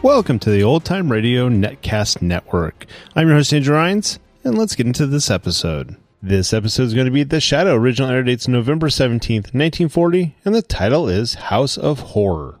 Welcome to the Old Time Radio Netcast Network. I'm your host, Andrew Rines, and let's get into this episode. This episode is going to be The Shadow. Original air date's November 17th, 1940, and the title is House of Horror.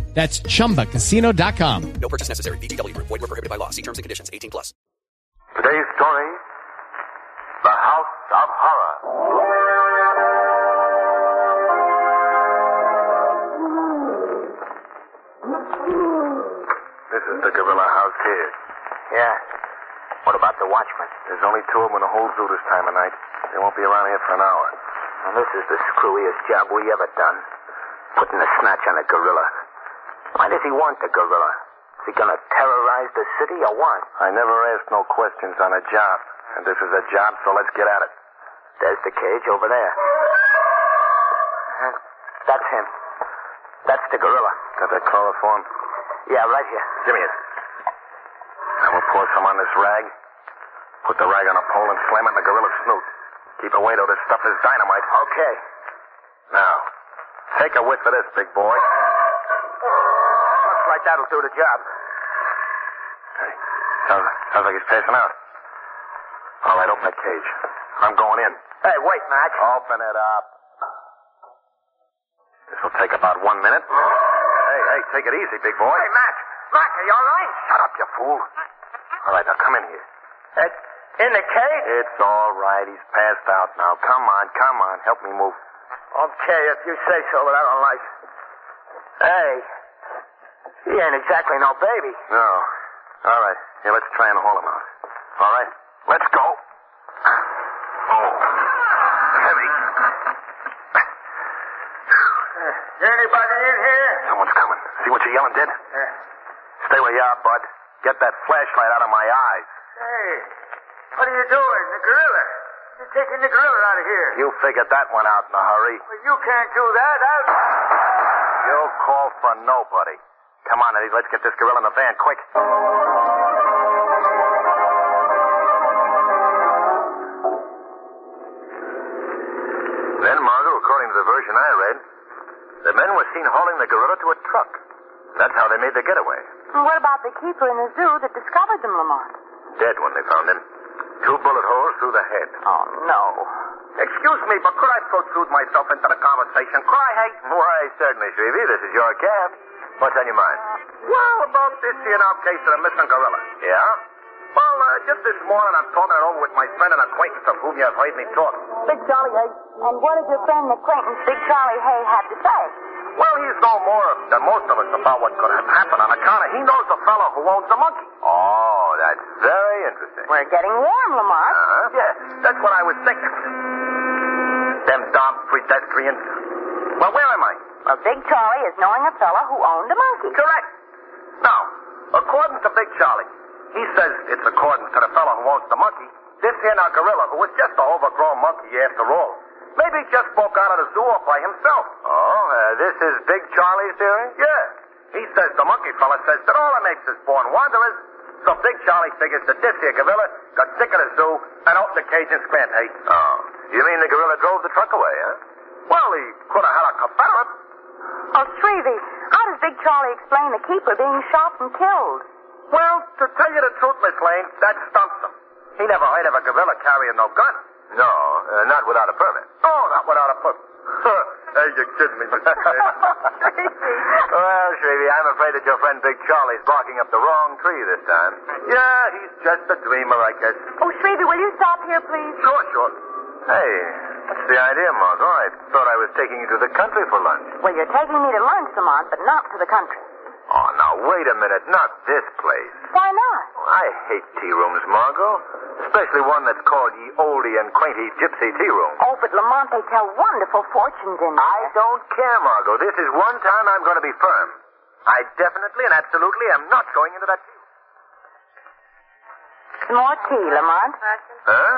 That's ChumbaCasino.com. No purchase necessary. BGW. Void were prohibited by law. See terms and conditions. 18 plus. Today's story, The House of Horror. This is the gorilla house here. Yeah. What about the watchman? There's only two of them in the whole zoo this time of night. They won't be around here for an hour. Now, this is the screwiest job we ever done. Putting a snatch on a gorilla. Why does he want the gorilla? Is he gonna terrorize the city or what? I never ask no questions on a job. And this is a job, so let's get at it. There's the cage over there. Uh-huh. That's him. That's the gorilla. Got that chloroform? Yeah, right here. Give me it. I will pour some on this rag. Put the rag on a pole and slam it in the gorilla's snoot. Keep away, though. This stuff is dynamite. Okay. Now, take a whiff of this, big boy like that'll do the job. Hey, sounds, sounds like he's passing out. All right, open that cage. I'm going in. Hey, wait, Mac. Open it up. This will take about one minute. Hey, hey, take it easy, big boy. Hey, Mac. Mac, are you all right? Shut up, you fool. All right, now come in here. It's in the cage? It's all right. He's passed out now. Come on, come on. Help me move. Okay, if you say so, but I don't like it. Hey, he ain't exactly no baby. No. All right. Here, let's try and haul him out. All right. Let's go. Oh. Heavy. Anybody in here? Someone's coming. See what you yelling did? Yeah. Stay where you are, bud. Get that flashlight out of my eyes. Hey, what are you doing? The gorilla. You're taking the gorilla out of here. You figured that one out in a hurry. Well, you can't do that. I'll... You'll call for nobody. Come on, Eddie. Let's get this gorilla in the van quick. the gorilla to a truck. That's how they made the getaway. What about the keeper in the zoo that discovered them, Lamont? Dead when they found him. Two bullet holes through the head. Oh, no. Excuse me, but could I protrude myself into the conversation? Could I, hey? Why, certainly, Shrevey. This is your cab. What's on your mind? Well, about this here now case of the missing gorilla. Yeah? Well, uh, just this morning I'm talking it over with my friend and acquaintance of whom you have heard me talk. Big Charlie Hay. And what did your friend and acquaintance, Big Charlie Hay, have to say? Well, he's no more than most of us about what could have happened on account of he knows the fellow who owns the monkey. Oh, that's very interesting. We're getting warm, Lamont. Uh-huh. Yeah, that's what I was thinking. Them damn pedestrians. Well, where am I? Well, Big Charlie is knowing a fellow who owned a monkey. Correct. Now, according to Big Charlie, he says it's according to the fellow who owns the monkey, this here now gorilla, who was just a overgrown monkey after all, maybe just broke out of the zoo all by himself. Oh, uh, this is Big Charlie's theory? Yeah. He says the monkey fella says that all the makes is born wanderers, so Big Charlie figures that this here gorilla got sick of the zoo and opened the cage and spent, hey? Oh. You mean the gorilla drove the truck away, huh? Well, he could have had a confederate. Oh, Shrevey, how does Big Charlie explain the keeper being shot and killed? Well, to tell you the truth, Miss Lane, that stumps him. He never heard of a gorilla carrying no gun. No, uh, not without a permit. Oh, not without a permit. hey, you're kidding me, Miss Lane. Oh, well, Shrevey, I'm afraid that your friend Big Charlie's barking up the wrong tree this time. Yeah, he's just a dreamer, I guess. Oh, Shrevey, will you stop here, please? Sure, sure. Hey, what's the idea, Margot? I thought I was taking you to the country for lunch. Well, you're taking me to lunch, Lamont, but not to the country. Oh, now wait a minute. Not this place. Why not? I hate tea rooms, Margot. Especially one that's called ye oldie and quainty gypsy tea room. Oh, but Lamont, they tell wonderful fortunes in there. I don't care, Margot. This is one time I'm going to be firm. I definitely and absolutely am not going into that tea room. Some more tea, Lamont. Huh?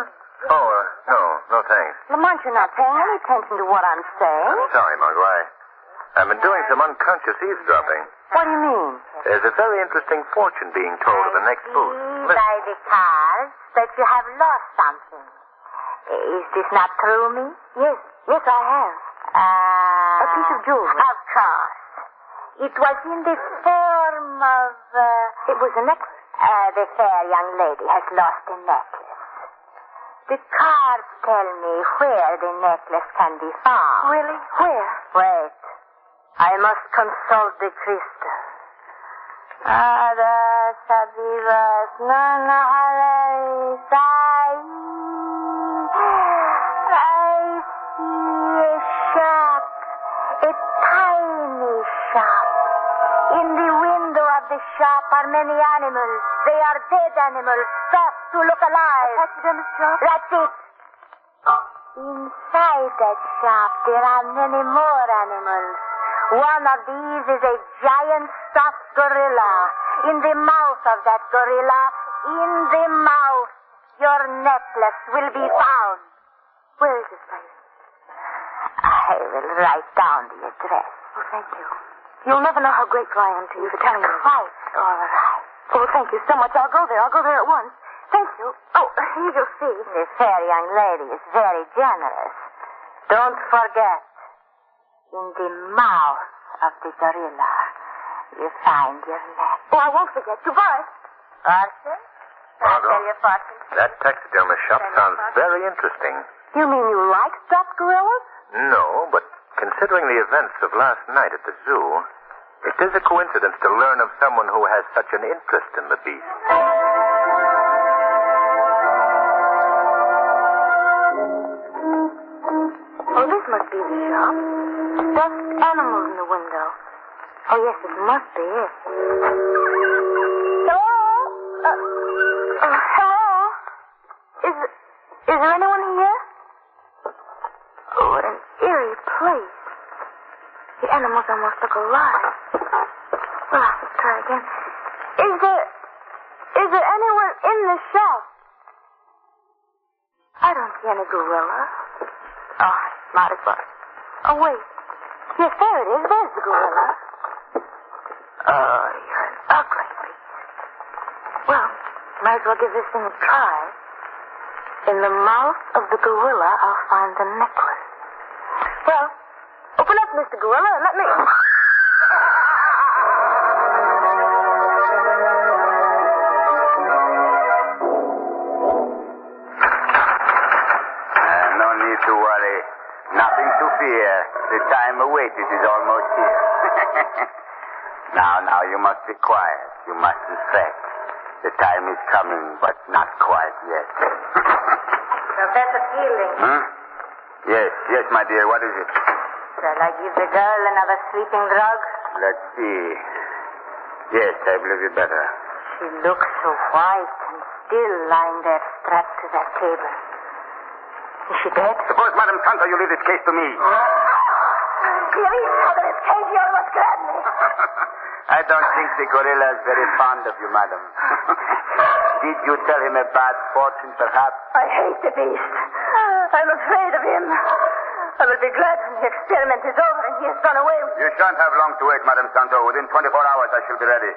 Oh, uh, no, no thanks. Lamont, you're not paying any attention to what I'm saying. I'm sorry, Margot. I, I've been doing some unconscious eavesdropping. What do you mean? There's a very interesting fortune being told at the next booth. Listen. By the cards that you have lost something. Is this not true, me? Yes, yes, I have. Uh, a piece of jewelry. Of course. It was in the form of. Uh, it was a necklace. Uh, the fair young lady has lost a necklace. The cards tell me where the necklace can be found. Really? Where? Wait. I must consult the crystal. Ada sabivas nana halai sai. I see a shop, a tiny shop. In the window of the shop are many animals. They are dead animals, stuffed to look alive. Taxidermist shop? That's it. Inside that shop there are many more animals. One of these is a giant stuffed gorilla. In the mouth of that gorilla, in the mouth, your necklace will be found. Where is this place? I will write down the address. Oh, thank you. You'll never know how grateful I am to you for telling me. Quite all right. Oh, thank you so much. I'll go there. I'll go there at once. Thank you. Oh, you'll see. The fair young lady is very generous. Don't forget in the mouth of the gorilla, you find your neck. Oh, I won't forget. Goodbye. Fortune? I'll Margot. tell you fortune. That taxidermist shop sounds very interesting. You mean you like stuffed gorillas? No, but considering the events of last night at the zoo, it is a coincidence to learn of someone who has such an interest in the beast. Oh, this must be the shop. Stuffed animals in the window. Oh, yes, it must be it. Hello? Uh, uh, hello? Is, is there anyone here? Oh, what an eerie place. The animals almost look alive. Well, let's try again. Is there, is there anyone in the shop? I don't see any gorilla. Oh, might as well. Oh, wait. Yes, there it is. There's the gorilla. Oh, you're an ugly beast. Well, might as well give this thing a try. In the mouth of the gorilla, I'll find the necklace. Well, open up, Mr. Gorilla, and let me. dear. The time awaited is almost here. now, now, you must be quiet. You must reflect. The time is coming, but not quite yet. Professor Keeling, hmm? Yes, yes, my dear. What is it? shall I give the girl another sleeping drug? Let's see. Yes, I believe you better. She looks so white and still lying there strapped to that table. Is she dead? Suppose, Madam Tonto, you leave this case to me. I don't think the gorilla is very fond of you, madam. Did you tell him a bad fortune, perhaps? I hate the beast. I'm afraid of him. I will be glad when the experiment is over and he has gone away. You shan't have long to wait, Madam Santo. Within 24 hours, I shall be ready.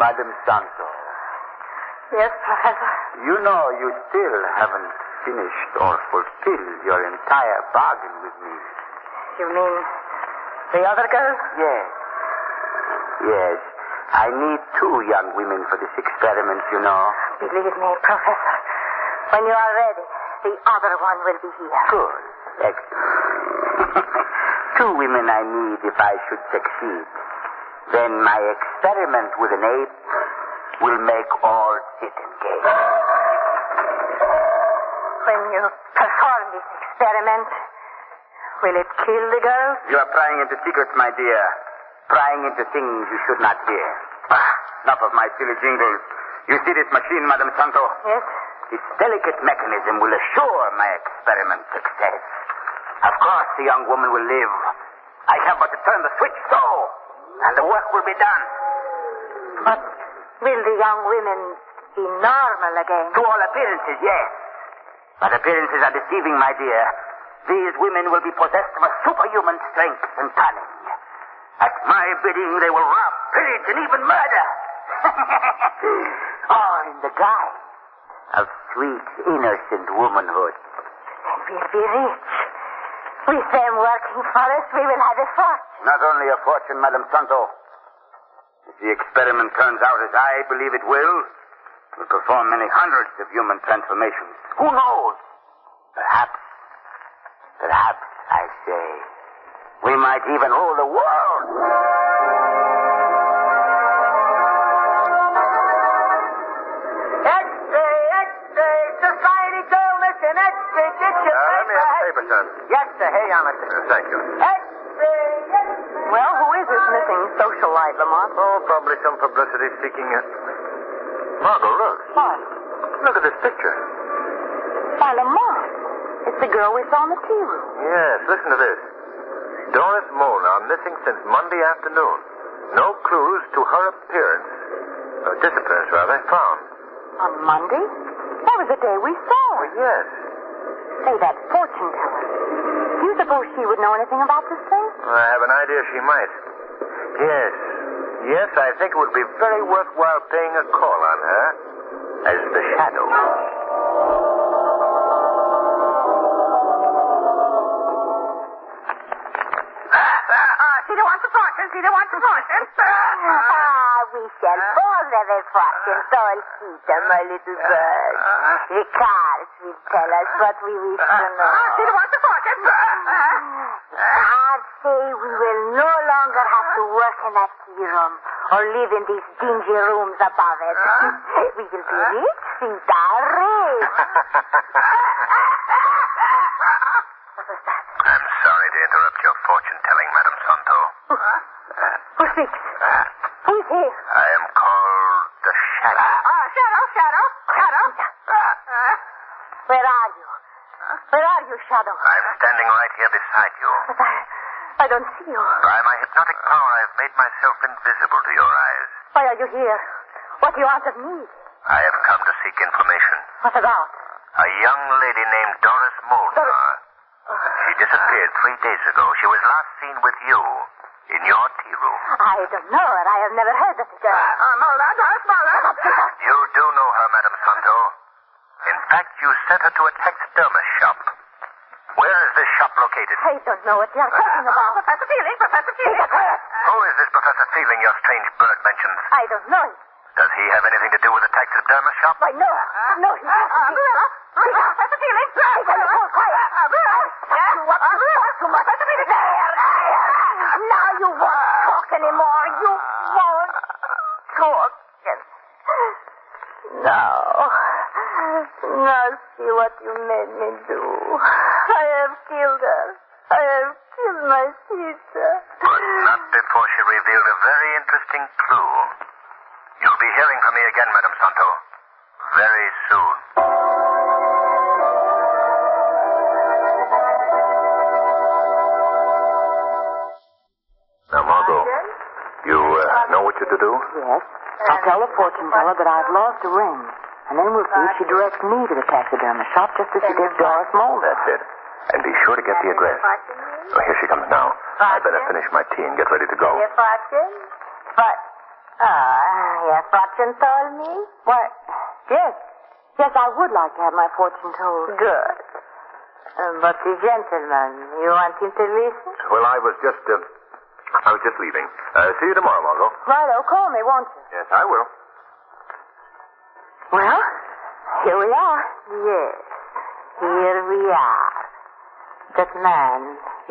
Madam Santo, Yes, Professor. you know you still haven't finished or fulfilled your entire bargain with me. You mean the other girl? Yes. Yes. I need two young women for this experiment, you know. Believe me, Professor, when you are ready, the other one will be here. Good. Excellent. Two women I need if I should succeed. Then my experiment with an ape will make all sit and gaze. When you perform this experiment, will it kill the girl? You are prying into secrets, my dear. Prying into things you should not hear. Bah! Enough of my silly jingles. You see this machine, Madam Santo? Yes. This delicate mechanism will assure my experiment success. Of course, the young woman will live. I have but to turn the switch so, and the work will be done. But will the young women be normal again? To all appearances, yes. But appearances are deceiving, my dear. These women will be possessed of a superhuman strength and cunning. At my bidding, they will rob, pillage, and even murder. All in the guise of sweet, innocent womanhood. We'll be rich. With them working for us, we will have a fortune. Not only a fortune, Madam Santo. If the experiment turns out as I believe it will, we'll perform many hundreds of human transformations. Who knows? Perhaps, perhaps, I say, we might even rule the world. X-ray, X-ray, society girl, listen, X-ray, get your Uh, let me have a paper, sir. Yes, sir, here you are, mister. Uh, thank you. Well, who is this missing socialite, Lamont? Oh, probably some publicity seeking. Uh... Margot, look. What? Look at this picture. Why, Lamont. It's the girl we saw in the tea room. Yes, listen to this. Doris Molnar missing since Monday afternoon. No clues to her appearance, or disappearance rather, found. On Monday? That was the day we saw her. yes. Say, that fortune teller. Do you suppose she would know anything about this thing? I have an idea she might. Yes. Yes, I think it would be very worthwhile paying a call on her as the shadow. She wants a fortune. She wants a fortune. ah, we shall all have a fortune. Don't keep them, my little bird. The cards will tell us what we wish to know. She wants a fortune. I say we will no longer have to work in that tea room or live in these dingy rooms above it. we will be rich, Sita, rich. I'm sorry to interrupt your fortune telling, Madam Santo. Who speaks? Who's here? I am called the Ah. Shadow. Oh, Shadow, Shadow, Shadow. Ah. Where are you? Where are you, Shadow? I'm standing right here beside you. I don't see you. By my hypnotic power, I've made myself invisible to your eyes. Why are you here? What do you want of me? I have come to seek information. What about? A young lady named Doris Molnar. She disappeared three days ago. She was last seen with you in your tea room. I don't know her. I have never heard of the girl. Mulder, ah, Doris Mulder. You do know her, Madam Santo. In fact, you sent her to a taxidermist shop. Where is this shop located? I don't know what you are talking about. Ah, Professor Feeling, Professor Feeling. Who is this Professor Feeling your strange bird mentions? I don't know. Does Does he have anything to do with the taxidermist shop? Why, no. No, he hasn't. Gorilla. Professor Felix. Gorilla. Quiet. Gorilla. You up to too much. Professor Felix. There. Now you won't talk anymore. You won't talk. Now. Now see what you made me do. I have killed her. I have killed my sister. But not before she revealed a very interesting clue. You'll be hearing from me again, Madame Santo. Very soon. Now, Margot, you uh, know what you're to do? Yes. I'll tell the fortune teller that I've lost a ring. And then we'll see if she directs me to the taxidermist shop just as she did Doris Mulder. That's it. And be sure to get the address. Oh, here she comes now. I better finish my tea and get ready to go. Your fortune? But, ah, your fortune told me? Why, yes. Yes, I would like to have my fortune told. Good. Uh, But the gentleman, you want him to listen? Well, I was just, uh, I was just leaving. Uh, see you tomorrow, Margot. Righto, call me, won't you? Yes, I will. Well, Here we are. Yes, here we are. That man,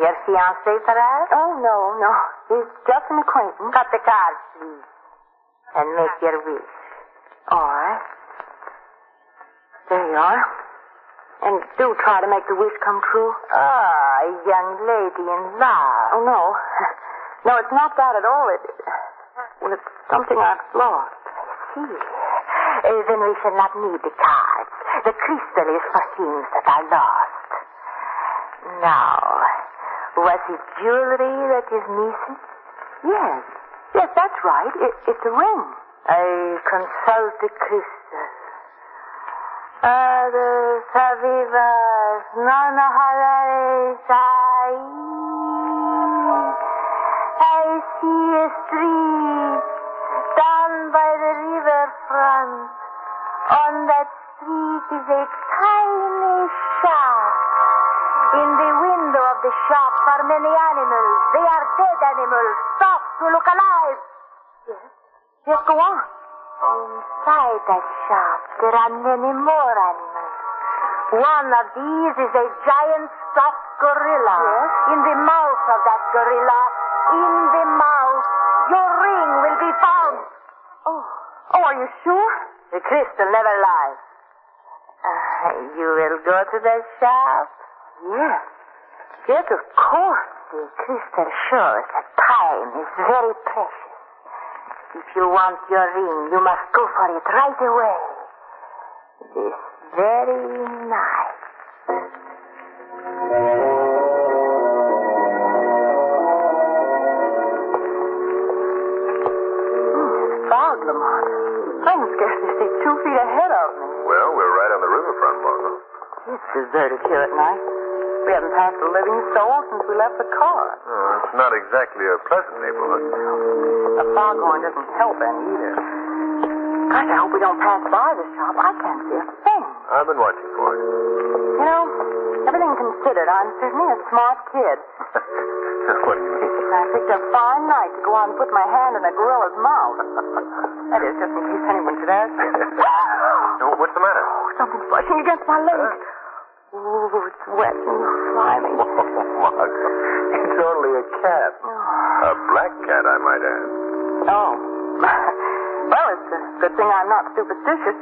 your fiancé, perhaps? Oh, no, no. He's just an acquaintance. Cut the cards, please, and make your wish. All right. There you are. And do try to make the wish come true. Ah, a young lady in love. Oh, no. No, it's not that at all. It, well, it's something I've lost. See, eh, then we shall not need the cards. The crystal is for things that are lost. Now, was it jewelry that is missing? Yes. Yes, that's right. It, it's a ring. I consult the crystal. Ados avivas, non habeis ai. I see a street down by the river front. On that street is a tiny shop. In the window of the shop are many animals. They are dead animals. Stop to look alive. Yes. Yes, go on. Inside that shop, there are many more animals. One of these is a giant stuffed gorilla. Yes? In the mouth of that gorilla, in the mouth, your ring will be found. Oh, oh, are you sure? The crystal never lies. Uh, you will go to that shop? Yes. Yes, of course. The crystal shows that time is very precious. If you want your ring, you must go for it right away. This very night. Fog, Lamont. I can scarcely see two feet ahead of me. Well, we're right on the riverfront, Margot. It's deserted here at night. We haven't passed a living soul since we left the car. Oh, it's not exactly a pleasant neighborhood. A foghorn doesn't help any either. Gosh, I hope we don't pass by the shop. I can't see a thing. I've been watching for it. You know, everything considered, I'm certainly a smart kid. what do you mean? I picked a fine night to go out and put my hand in a gorilla's mouth. that is, just in case anyone should ask me. No, what's the matter? Oh, something's brushing against my leg. Ooh, it's wet and slimy. Oh, Margot, it's only a cat. A black cat, I might add. Oh. well, it's a good thing I'm not superstitious.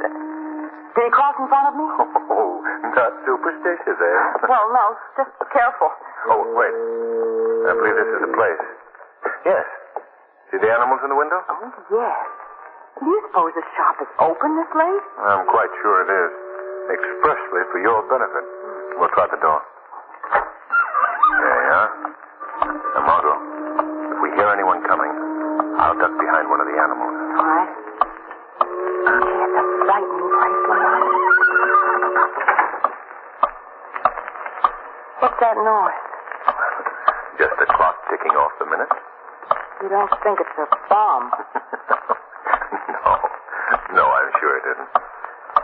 Did he cross in front of me? Oh, not superstitious, eh? Well, no, just be careful. Oh, wait. I believe this is the place. Yes. See the animals in the window? Oh, yes. Do you suppose the shop is open this late? I'm quite sure it is. Expressly for your benefit. We'll try the door. There you are. Now, Margot, if we hear anyone coming, I'll duck behind one of the animals. All right. Okay, it's a frightening place, Lamont. What's that noise? Just the clock ticking off the minute. You don't think it's a bomb? no. No, I'm sure it isn't.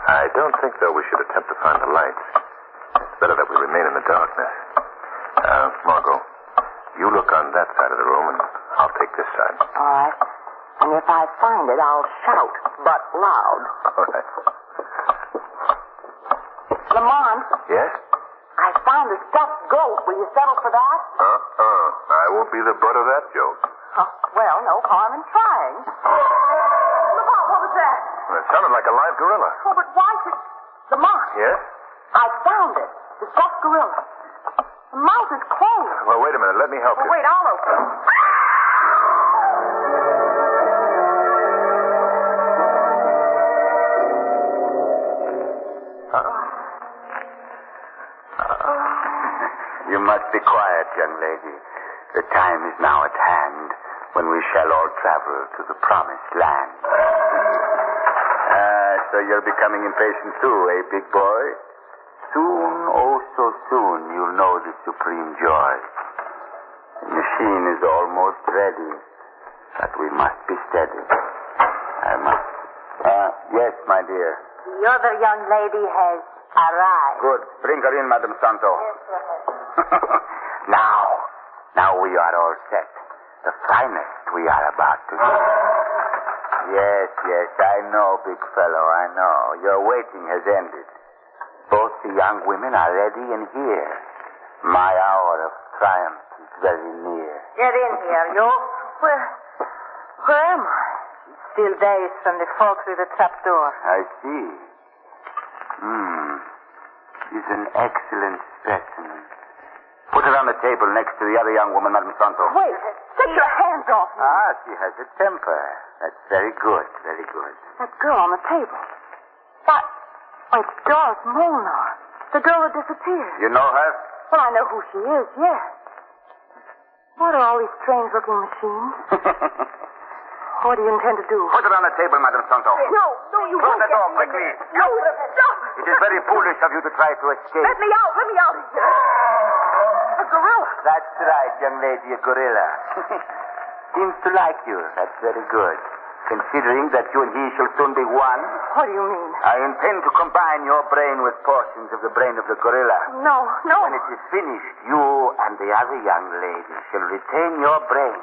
I don't think, though, we should attempt to find the lights. It's better that we remain in the darkness. Uh, Margot, you look on that side of the room, and I'll take this side. All right. And if I find it, I'll shout, but loud. All right. Lamont, Yes? I found a stuffed goat. Will you settle for that? Uh-uh. I won't be the butt of that joke. Oh, well, no harm in trying. Lamont, what was that? That sounded like a live gorilla. Oh, but why should... Lamont, Yes? I found it. The stuffed gorilla. The mouth is closed. Well, wait a minute. Let me help you. Well, wait, I'll open it. You must be quiet, young lady. The time is now at hand when we shall all travel to the promised land. Ah, so you're becoming impatient too, eh, big boy? Soon, oh so soon, you'll know the supreme joy. The machine is almost ready, but we must be steady. I must. Ah, yes, my dear. The other young lady has arrived. Good. Bring her in, Madame Santo. now, now we are all set. The finest we are about to see. Yes, yes, I know, big fellow, I know. Your waiting has ended. Both the young women are ready and here. My hour of triumph is very near. Get in here, you. Where, where am I? Still dazed from the fall through the trap door. I see. Hmm. She's an excellent specimen. Put her on the table next to the other young woman, Madame Santo. Wait, take your hands off me. Ah, she has a temper. That's very good, very good. That girl on the table. That, oh, it's Doris Molnar. The girl who disappeared. You know her? Well, I know who she is, yes. What are all these strange looking machines? what do you intend to do? Put her on the table, Madame Santo. No, no, you Close won't the get door me. quickly. No, stop. It is very foolish of you to try to escape. Let me out, let me out of here. A gorilla. That's right, young lady, a gorilla. Seems to like you. That's very good. Considering that you and he shall soon be one, What do you mean? I intend to combine your brain with portions of the brain of the gorilla. No, no. When it is finished, you and the other young lady shall retain your brain,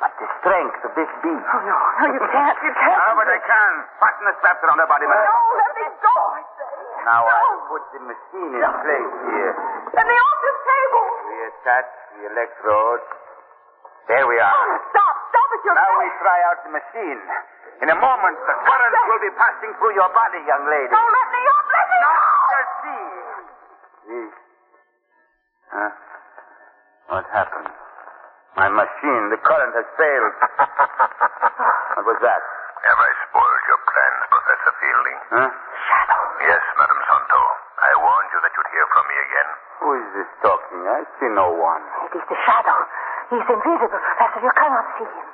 but the strength of this beast. Oh, no, no, you can't, you can't. No, but I can. Hm. Fasten the straps around her body, madam. No, let me go, I say. Now no. I put the machine in place here. Let me off this table. We attach the electrodes. There we are. Oh, Stop, stop it, you're Now we try out the machine. In a moment, the current will be passing through your body, young lady. Don't let me up, let me Now out. we shall see. See? Huh? What happened? My machine, the current has failed. what was that? Have I spoiled your plans, Professor Fielding? Huh? Yes, Madame Santo. I warned you that you'd hear from me again. Who is this talking? I see no one. It is the shadow. He's invisible, Professor. You cannot see him.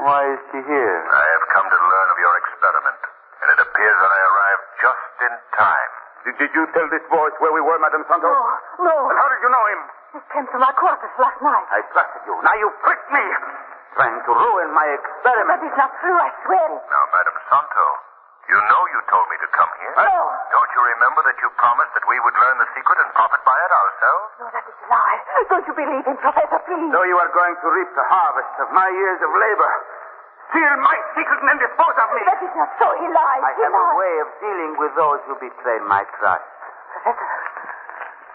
Why is she here? I have come to learn of your experiment, and it appears that I arrived just in time. Did, did you tell this voice where we were, Madame Santo? No, no. And how did you know him? It came to my quarters last night. I trusted you. Now you pricked me. Trying to ruin my That experiment. is not true, I swear it. Now, Madame Santo, you know you told me to come here. No. Don't you remember that you promised that we would learn the secret and profit by it ourselves? No, that is a lie. Don't you believe him, Professor, please. So you are going to reap the harvest of my years of labor. Steal my secret and then dispose of me. That is not so. He lies. I he have a lies. way of dealing with those who betray my trust. Professor.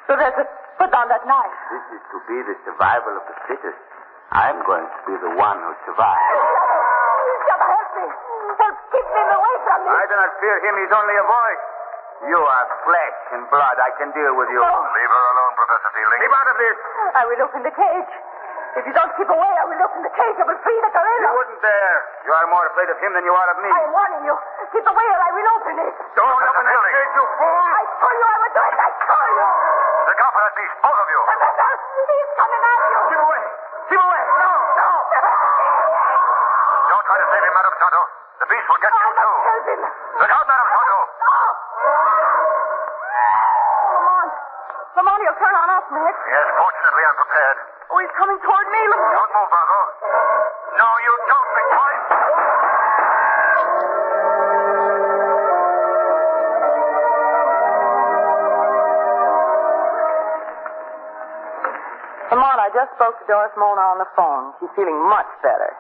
Professor, put down that knife. This is to be the survival of the fittest. I'm going to be the one who survives. Shadow, help me. Help keep him away from me. I do not fear him. He's only a voice. You are flesh and blood. I can deal with you. No. Leave her alone, Professor Fielding. Leave out of this. I will open the cage. If you don't keep away, I will open the cage. I will free the gorilla. You wouldn't dare. You are more afraid of him than you are of me. I am warning you. Keep away or I will open it. Don't open that gate, you fool! I told you I would do it. I told you. Look out for that beast, both of you! Professor, he's coming at you. Keep away. Keep away. No, no. Don't try to save him, Madame Santo. The beast will get you, too. Help him. Look out, Madame Santo! Stop. Lamont. Lamont, he'll turn on us next. Yes, fortunately, I'm prepared. Oh, he's coming toward me. Lamont. Don't move, Margot. No, you don't, big boy! Lamont, I just spoke to Doris Molnar on the phone. She's feeling much better.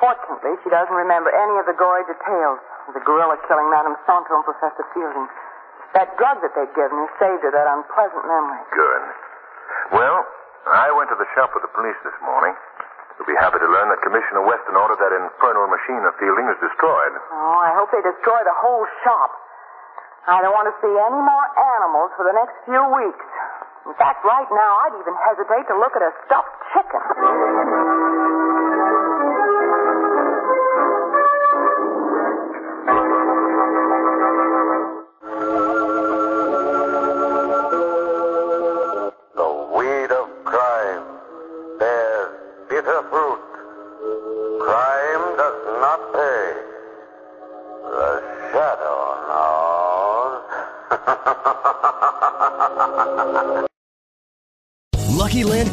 Fortunately, she doesn't remember any of the gory details of the gorilla killing Madame Santo and Professor Fielding. That drug that they'd given her saved her that unpleasant memory. Good. Well, I went to the shop with the police this morning. You'll be happy to learn that Commissioner Weston ordered that infernal machine of Fielding is destroyed. Oh, I hope they destroy the whole shop. I don't want to see any more animals for the next few weeks. In fact, right now, I'd even hesitate to look at a stuffed chicken. The weed of crime bears bitter fruit. Crime does not pay. The shadow knows. Lucky Land